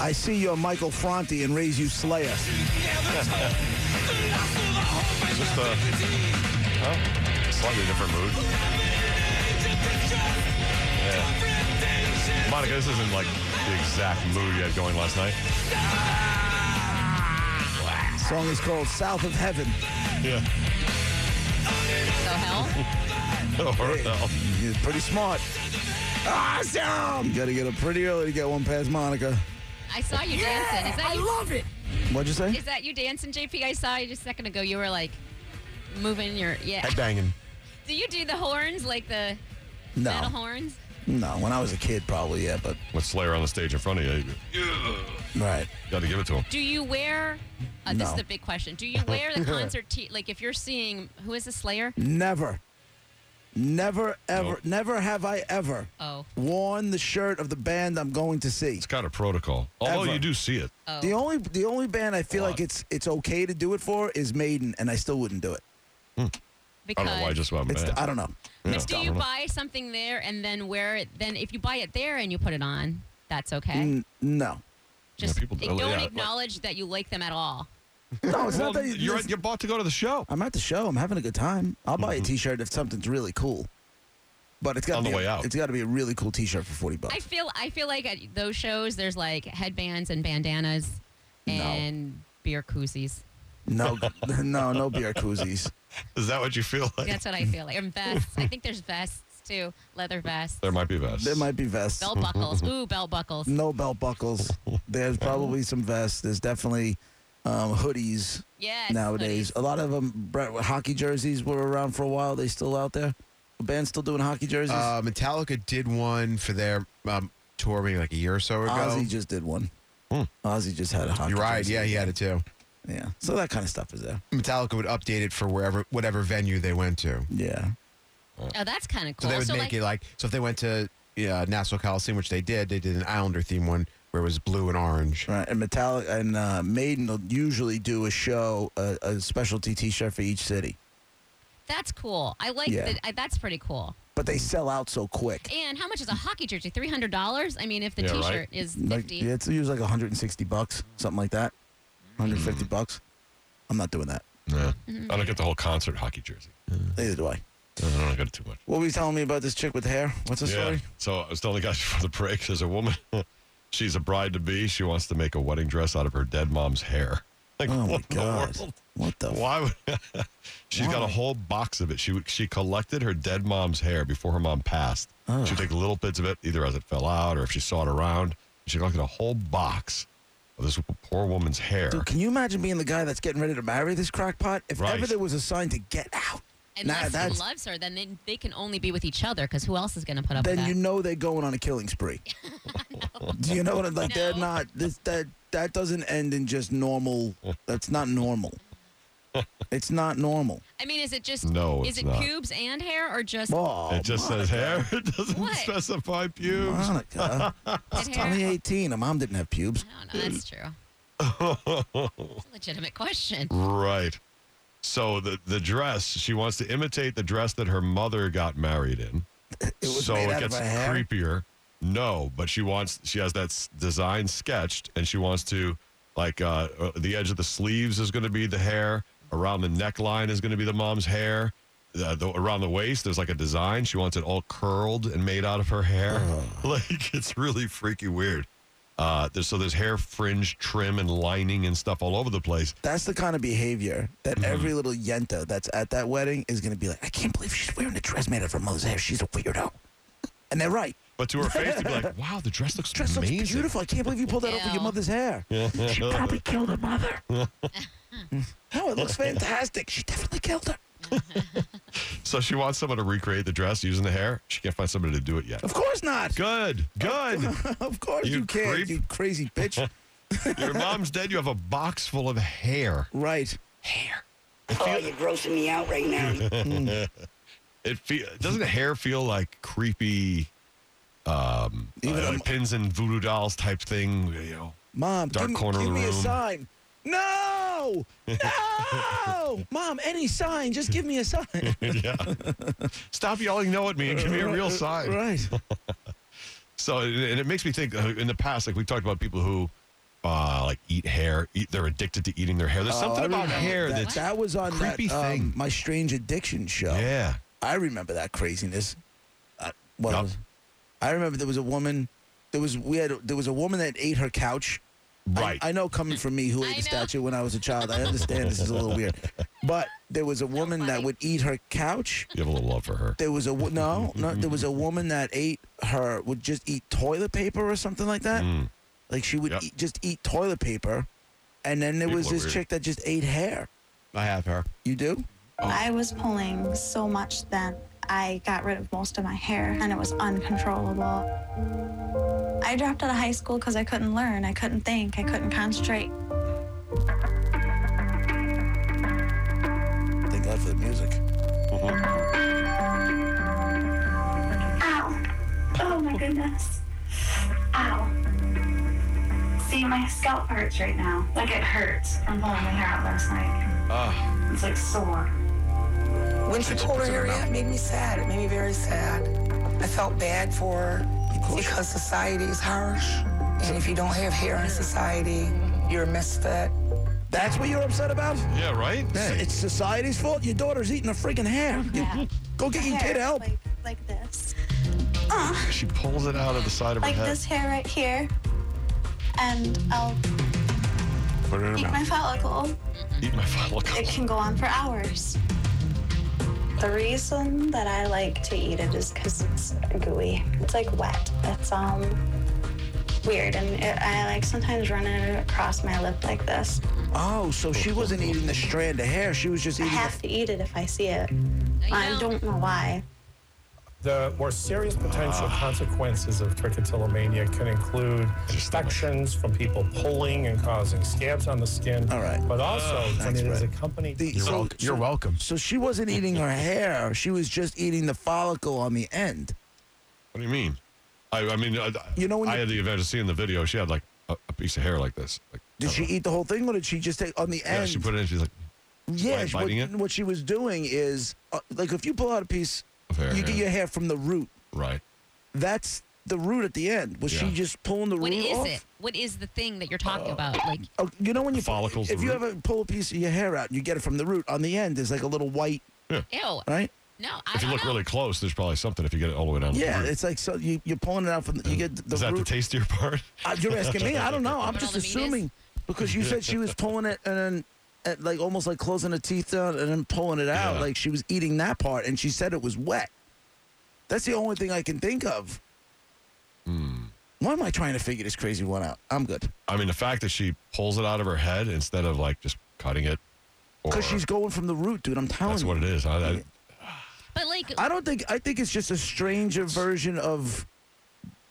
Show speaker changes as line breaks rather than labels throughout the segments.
I see you're Michael Franti and raise you Slayer.
Just a well, slightly different mood. Yeah. Monica, this isn't like the exact mood you had going last night.
Song is called South of Heaven.
Yeah.
So hell?
Or hell.
He's pretty smart. Awesome! You gotta get up pretty early to get one past Monica.
I saw you dancing. Is that you?
What'd you say?
Is that you dancing, JP? I saw you just a second ago. You were like moving your yeah.
Headbanging.
Do you do the horns like the metal
No.
horns?
No, when I was a kid, probably, yeah, but,
With Slayer on the stage in front of you, you
right.
got to give it to him.
Do you wear? Uh, this
No.
is the big question. Do you wear the concert tee? Like if you're seeing who is the Slayer?
Never. Never, ever,
Nope.
never have I ever
Oh,
worn the shirt of the band I'm going to see.
It's kind of protocol. Although
Ever.
you do see it.
oh.
The only the only band I feel
A lot.
like it's it's okay to do it for is Maiden, and I still wouldn't do it.
I
because
don't know why I just went
It's
mad.
I don't know.
But do
I
you
don't know.
buy something there and then wear it? Then if you buy it there and you put it on, that's okay.
N- no,
Just
Mm, people do-
don't
yeah, like-
acknowledge that you like them at all.
no, it's
Well,
not that you,
you're, you're about to go to the show.
I'm at the show. I'm having a good time. I'll buy
Mm-hmm.
a T-shirt if something's really cool. But it's got
On
to
the
be
way
a,
out.
It's got to be a really cool T-shirt for forty bucks.
I feel I feel like at those shows there's like headbands and bandanas
No.
and beer koozies.
no, no, no beer koozies.
Is that what you feel like?
That's what I feel like. And vests. I think there's vests too. Leather vests.
There might be vests.
There might be vests.
Belt buckles. Ooh, belt buckles.
No belt buckles. There's probably some vests. There's definitely um, hoodies
Yes.
nowadays. A lot of them hockey jerseys were around for a while. They still out there. The band's still doing hockey jerseys.
Uh, Metallica did one for their um, tour maybe like a year or so ago.
Ozzy just did one. Ozzy just had a hockey.
Hmm. You're right.
jersey.
Yeah, he had it too.
yeah. So that kind of stuff is there.
Metallica would update it for wherever, whatever venue they went to.
Yeah.
Oh, that's kind of
So
cool.
they would make
like,
it like so if they went to yeah, Nassau Coliseum, which they did, they did an Islander theme one where it was blue and orange.
Right. And Metallic and uh, Maiden will usually do a show, a, a specialty T-shirt for each city,
that's cool. I like
Yeah.
that. I, that's pretty cool.
but they sell out so quick.
And how much is a hockey jersey? Three hundred dollars. I mean, if the
Yeah, right.
T-shirt is
Like
fifty.
yeah, it's usually like 160 bucks, something like that. 150
Mm.
bucks. I'm not doing that.
Yeah. I don't get the whole concert hockey jersey.
Neither do I.
I don't get it too much.
What were you telling me about this chick with hair? What's the story?
So I was telling the guys before the break, there's a woman, she's a bride to be. She wants to make a wedding dress out of her dead mom's hair. Like,
Oh my
what in the
god!
world?
What the? f-
Why would she's got a
Why?
whole box of it. She would- she collected her dead mom's hair before her mom passed. She'd take little bits of it, either as it fell out or if she saw it around. She collected a whole box of this poor woman's hair.
Dude, can you imagine being the guy that's getting ready to marry this crackpot? If
Right.
ever there was a sign to get out, nah,
Unless
that's-
he loves her, then they, they can only be with each other because who else is going to put up with
then
that?
you know they're going on a killing spree. Do you know what I'm like? They're
No.
not. This that that doesn't end in just normal. That's not normal. It's not normal.
I mean, is it just
No,
Is
it's
it
not.
pubes and hair or just
Oh,
it just says hair. It doesn't
What?
specify pubes.
Monica.
head hair?
2018. Her mom didn't have pubes.
I don't know. Oh, That's
Mm.
true. It's a legitimate question.
Right. So the the dress she wants to imitate the dress that her mother got married in.
It was
so
made
it
out
gets
of her hair.
creepier. No, but she wants she has that s- design sketched, and she wants to like uh, uh, the edge of the sleeves is going to be the hair, around the neckline is going to be the mom's hair, the, the, around the waist there's like a design. She wants it all curled and made out of her hair. Like it's really freaky weird. Uh, there's, so there's hair fringe trim and lining and stuff all over the place.
That's the kind of behavior that
Mm-hmm.
every little yenta that's at that wedding is going to be like. I can't believe she's wearing a dress made out of her mother's hair. She's a weirdo. And they're right.
But to her face, to be like, "Wow, the dress looks
Dress looks
amazing."
beautiful. I can't believe you pulled that off with your
Ew.
mother's hair. She probably killed her mother. no, it looks fantastic. She definitely killed her.
So she wants someone to recreate the dress using the hair. She can't find somebody to do it yet.
Of course not.
Good, good.
of course
You
you, can't,
creep.
you crazy bitch.
Your mom's dead. You have a box full of hair.
right.
Oh, you're grossing me out right now.
It feel doesn't hair feel like creepy, um,
Even a-
uh, like pins and voodoo dolls type thing. You know,
Mom,
Dark
give, me-
corner of
give
the
me a
room.
sign. No! No! Mom, any sign. Just give me a sign.
yeah. Stop yelling no at me and give me a real sign.
Right.
So, and it makes me think uh, in the past, like we talked about people who uh, like eat hair. Eat, they're addicted to eating their hair. There's something
Oh, I
about
remember
hair
that,
that's
that was on
creepy
that, um,
thing.
my strange addiction show.
yeah.
I remember that craziness. Uh, what
Yup.
was- I remember there was a woman. There was we had there was a woman that ate her couch. I-
Right.
I, know coming from me who
I
ate a
know.
statue when I was a child. I understand this is a little weird, but there was a woman that
funny.
would eat her couch.
you have a little love for her.
There was a wo- no, no. There was a woman that ate her would just eat toilet paper or something like that.
Mm.
Like she would
Yep.
eat, just eat toilet paper, and then there
People
was
are
this
weird.
chick that just ate hair.
I have her.
You do?
I was pulling so much that I got rid of most of my hair and it was uncontrollable. I dropped out of high school because I couldn't learn, I couldn't think, I couldn't concentrate.
Thank God for the music.
Ow. Oh my goodness. Ow. See, my scalp hurts right now. Like it hurts from pulling my hair out last night.
Ah,
It's like sore.
When she pulled her hair out, it made me sad. It made me very sad. I felt bad for her because society is harsh. And if you don't have hair in society, you're a misfit.
That's what you're upset about?
yeah, right? Hey.
It's society's fault. Your daughter's eating a freaking hair. You- Go get your kid
Hair,
help.
Like, like this.
She pulls it out of the side of
Like
Uh-huh.
her head.
this hair right here. And I'll
Put it in her
eat my
mouth.
follicle.
Eat my follicle.
It can go on for hours. The reason that I like to eat it is because it's gooey. It's like wet. It's um weird, and it, I like sometimes run it across my lip like this.
Oh, so she wasn't eating the strand of hair. She was just
I
eating.
have to eat it if I see it. I don't know why.
The more serious potential
Ah.
consequences of trichotillomania can include infections from people pulling and causing scabs on the skin.
All right.
But also, when
thanks,
it is
Brett.
accompanied
The, so,
You're
so-
welcome.
So she wasn't eating her hair. She was just eating the follicle on the end.
What do you mean? I, I mean, I,
You know when
I
you-
had the advantage of seeing the video. She had like a, a piece of hair like this. Like,
Did she eat the whole thing, or did she just take on the
Uh-huh. yeah,
end?
she put it in. She's like,
Yeah,
by
she- what,
biting it?
what she was doing is uh, like if you pull out a piece,
Of hair,
you get
yeah.
your hair from the root.
right.
That's the root at the end. Was she
Yeah.
just pulling the
What
root
is
off?
it? What is the thing that you're talking about? Like,
Oh, you know when you
Follicles,
If
the
you
root.
ever pull a piece of your hair out, you get it from the root. On the end, there's like a little white,
ew.
right?
No, I
If you
don't
look
know.
really close, there's probably something if you get it all the way down. to the
Yeah,
root.
it's like so you, you're pulling it out from the, you get the
Oh, Is that
root.
the tastier part?
Uh, you're asking me? I don't know. I'm
What
just
all the meat is?
assuming because you said she was pulling it and then uh like almost like closing her teeth down and then pulling it out,
Yeah.
like she was eating that part, and she said it was wet. That's the only thing I can think of.
Hmm.
Why am I trying to figure this crazy one out? I'm good
I mean, the fact that she pulls it out of her head instead of like just cutting it.
because
or-
she's going from the root, dude. I'm telling
That's
you.
what it is. I, I,
But like,
I don't think. I think it's just a stranger version of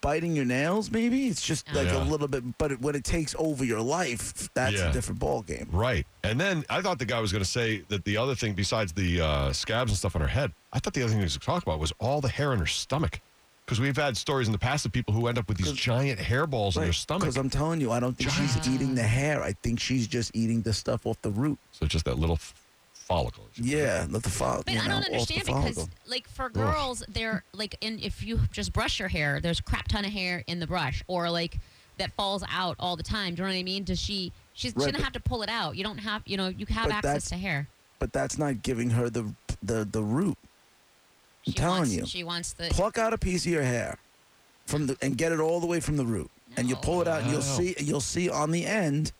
biting your nails. Maybe it's just like a
Yeah.
little bit. But it, when it takes over your life, that's
Yeah.
a different ball game.
right. And then I thought the guy was going to say that the other thing besides the uh, scabs and stuff on her head, I thought the other thing he was going to talk about was all the hair in her stomach. Because we've had stories in the past of people who end up with these giant hairballs in their stomach.
Because I'm telling you, I don't think she's eating the hair. I think she's just eating the stuff off the root.
So just that little f- follicle.
Yeah, not the follicle.
but I don't understand because like for girls, they're like, in if you just brush your hair, there's a crap ton of hair in the brush, or like that falls out all the time. Do you know what I mean? Does she? She's
Right,
gonna
but-
have to pull it out. You don't have, you know, you have
But
access
that's-
to hair.
But that's not giving her the the the root.
She
telling
wants,
you.
she wants the.
Pluck out a piece of your hair from the and get it all the way from the root, and you
No.
pull it out, and you'll
Wow.
see you'll see on the end.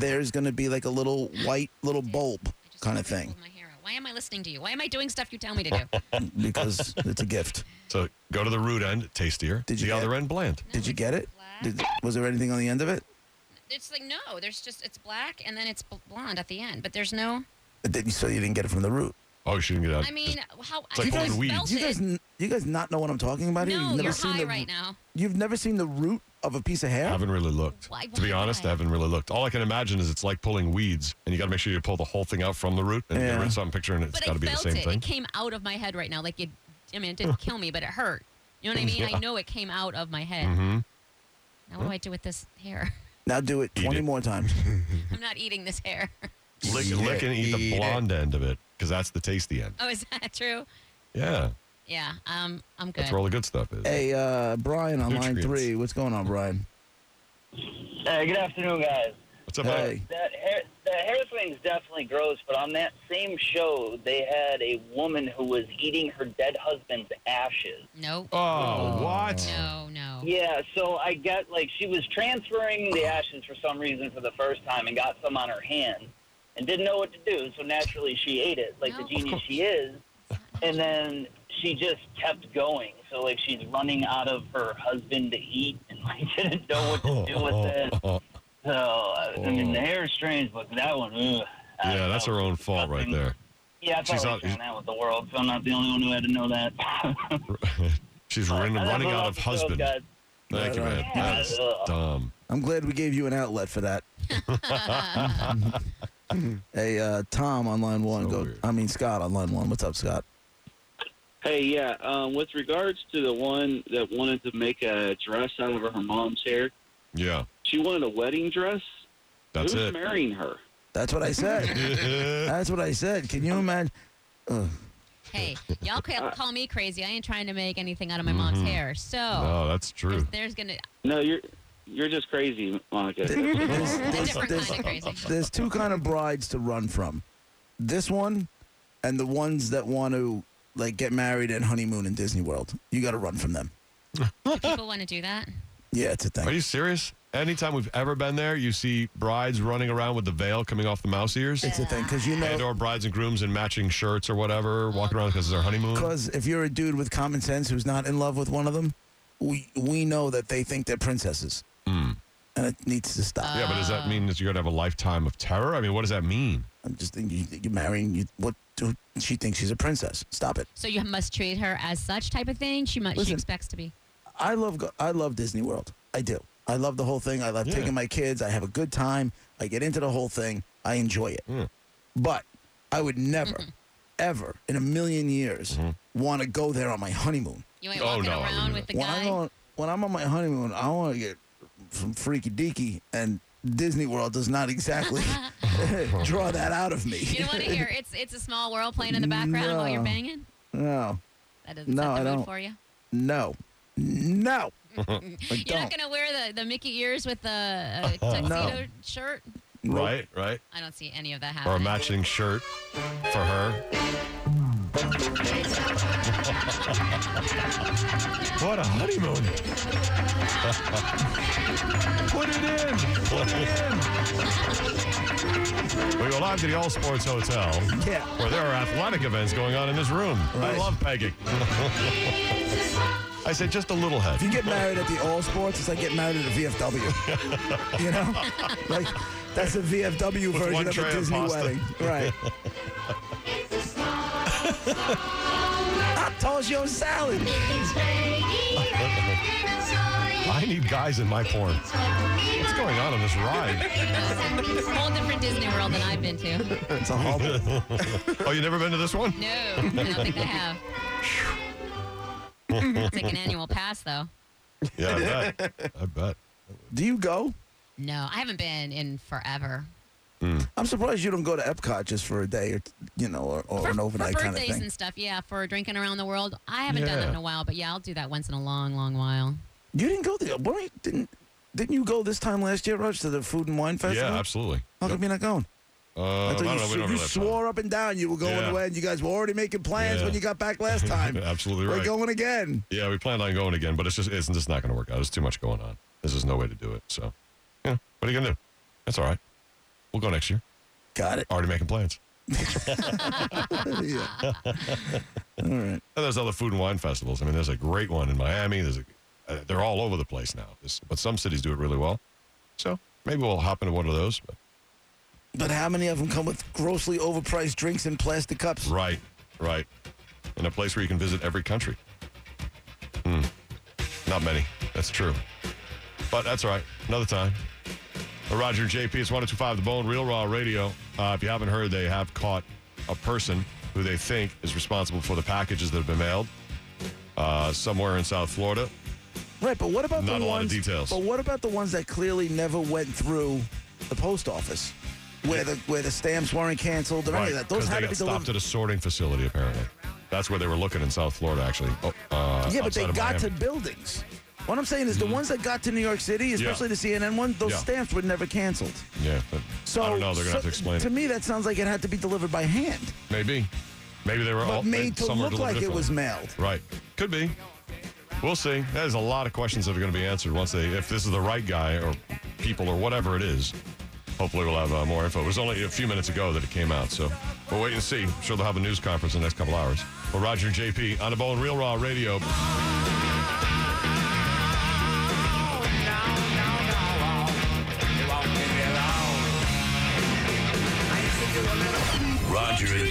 There's going to be like a little white little bulb
I just
kind of
wanted to
thing
pull my hair out. Why am I listening to you? Why am I doing stuff you tell me to do?
because it's a gift.
So go to the root end, tastier.
Did you
the
get-
other end, bland.
Did you get it? Did, was there anything on the end of it?
It's like no, there's just it's black and then it's bl- blonde at the end, but there's no.
Did you, so you didn't get it from the root.
Oh, she didn't get out.
I mean, how
like
I
pulling
just
weeds.
felt
Do you guys,
it.
n- do you guys not know what I'm talking about here?
No,
You've never
you're
seen
high
the,
right now.
You've never seen the root of a piece of hair?
I haven't really looked.
Why-
to be
why-
honest, I
why?
haven't really looked. All I can imagine is it's like pulling weeds, and you got to make sure you pull the whole thing out from the root and
Yeah.
get rid of some picture, and it's
But
got
I
to be the
felt
same
it.
thing.
It came out of my head right now. Like it, I mean, it didn't kill me, but it hurt. You know what I mean? I know it came out of my head.
Mm-hmm.
Now what do I do with this hair?
Now do it
Eat
20
it.
more times.
Mm-hmm.
I'm not eating this hair.
Lick,
Eat
lick
it,
and eat,
eat
the
it.
blonde end of it because that's the tasty end.
Oh, is that true?
Yeah,
Yeah. Um, I'm good.
that's where all the good stuff is.
hey, uh, Brian on line
Nutrients.
three. What's going on, Brian?
Hey, Uh, good afternoon, guys.
What's up, Mike?
Hey.
That hair, that hair thing's definitely gross. But on that same show, they had a woman who was eating her dead husband's ashes.
No.
Oh, what?
No, no.
Yeah, so I got like she was transferring the ashes for some reason for the first time and got some on her hand and didn't know what to do, so naturally she ate it like
No.
the genius she is. And then she just kept going. So like she's running out of her husband to eat and like didn't know what to do with it. So I I mean the hair is strange, but that one. Ugh, I
Oh. Yeah,
don't
that's
know.
her own fault right there.
Yeah, I
She's
probably
out-
found out with the world, so I'm not the only one who had to know that.
She's running,
I
running
love
out of
the show,
husband.
guys.
Thank you, man.
Yeah.
That's dumb.
I'm glad we gave you an outlet for that. hey, uh, Tom on line one.
So
go.
weird.
I mean, Scott on line one. What's up, Scott?
Hey, yeah. Um, with regards to the one that wanted to make a dress out of her mom's hair,
Yeah,
she wanted a wedding dress.
that's
Who's
it.
marrying her?
That's what I said. That's what I said. Can you imagine?
Hey, y'all ca- call me crazy. I ain't trying to make anything out of my mom's hair. So
Mm-hmm. no, that's
there's,
true.
there's gonna
No, you're you're just crazy, Monica.
There's,
a
there's,
different
there's,
kind of crazy.
there's two kind of brides to run from. This one, and the ones that want to like get married and honeymoon in Disney World. You got to run from them.
Do people want to do that?
Yeah, it's a thing.
Are you serious? Anytime we've ever been there, you see brides running around with the veil coming off the mouse ears,
it's a thing because you
and
know.
or brides and grooms in matching shirts or whatever, walking around because it's their honeymoon.
Because if you're a dude with common sense who's not in love with one of them, we we know that they think they're princesses,
Mm.
and it needs to stop.
Uh.
Yeah, but does that mean that you're gonna have a lifetime of terror? I mean, what does that mean?
I'm just thinking you, you're marrying you. What do she thinks she's a princess? Stop it.
So you must treat her as such type of thing. She must. She
Listen.
expects to be.
I love go- I love Disney World. I do. I love the whole thing. I love
Yeah.
taking my kids. I have a good time. I get into the whole thing. I enjoy it.
Yeah.
But I would never, ever in a million years
Mm-hmm.
want to go there on my honeymoon.
You ain't
Oh,
walking
no, I
around
wouldn't.
with the
when I'm
guy.
on when I'm on my honeymoon, I want to get some freaky deaky, and Disney World does not exactly draw that out of me.
You don't want to hear it's it's a small world playing in the background while you're
No.
banging.
no,
That doesn't
No,
set the
I
mood
don't.
for you.
no, no. I
You're not
don't.
gonna wear the, the Mickey ears with the uh, tuxedo
No.
shirt.
Right, right,
I don't see any of that
or a
happening.
matching shirt for her. what a honeymoon! Put it in! Put it in! We go live to the All Sports Hotel.
Yeah.
where there are athletic events going on in this room. I
Right.
love pegging. I said just a little
If you get
head.
married at the All Sports, it's like getting married at a VFW. you know, like that's a VFW
one
version of
tray
a
of
Disney
pasta.
wedding, right? I told you it was salad.
I need guys in my porn. What's going on on this ride?
It's a whole different Disney World than I've been to.
It's a hobble.
Oh, you never been to this one?
No, I don't think I have. it's like an annual pass, though.
Yeah, I bet. I bet.
Do you go?
No, I haven't been in forever.
I'm surprised you don't go to Epcot just for a day or you know or, or
for,
an
for
overnight kind of
birthdays
thing.
and stuff, yeah, for drinking around the world. I haven't done
Yeah.
that in a while, but yeah, I'll do that once in a long, long while.
You didn't go there. Why didn't didn't you go this time last year, Raj, to the food and wine festival?
Yeah, absolutely.
How come you're not going?
Uh, I,
I thought
don't
you,
know.
sw-
We don't
you
really have time.
swore up and down you were going
Yeah.
away, and you guys were already making plans
Yeah.
when you got back last time.
Absolutely
We're
right.
going again.
Yeah, we planned on going again, but it's just it's just not going to work out. There's too much going on. There's just no way to do it. So, yeah, what are you going to do? That's all right. We'll go next year.
Got it.
Already making plans.
yeah. All right.
And there's other food and wine festivals. I mean, there's a great one in Miami. There's a, uh, they're all over the place now. This- but some cities do it really well. So maybe we'll hop into one of those. But-
But how many of them come with grossly overpriced drinks in plastic cups?
right, right. And a place where you can visit every country. Hmm. Not many. That's true. But that's all right. Another time. Uh, Roger and JP, it's 1025 The Bone, Real Raw Radio. Uh, if you haven't heard, they have caught a person who they think is responsible for the packages that have been mailed uh, somewhere in South Florida.
Right, but what about
Not
the
a lot of
ones?
details.
But what about the ones that clearly never went through the post office, where the where the stamps weren't canceled or any of that? Those
because
had
they
to
got
be
stopped
delivered.
at a sorting facility, apparently. That's where they were looking in South Florida, actually. Oh, uh,
yeah, but they
outside of
got to
Miami. Mm-hmm.
buildings. What I'm saying is the ones that got to New York City,
Yeah.
especially the CNN one, those
Yeah.
stamps were never canceled.
Yeah, but
So
I don't know. They're gonna
so-
have to explain
To
it.
me, that sounds like it had to be delivered by hand.
Maybe, maybe they were
But
all
made to
some were
look like
delivered
it was
differently.
mailed.
Right, could be. We'll see. There's a lot of questions that are going to be answered once they, if this is the right guy or people or whatever it is. Hopefully, we'll have uh, more info. It was only a few minutes ago that it came out, so we'll wait and see. I'm sure they'll have a news conference in the next couple hours. Well, Roger and JP on the Bone Real Raw Radio.
Roger and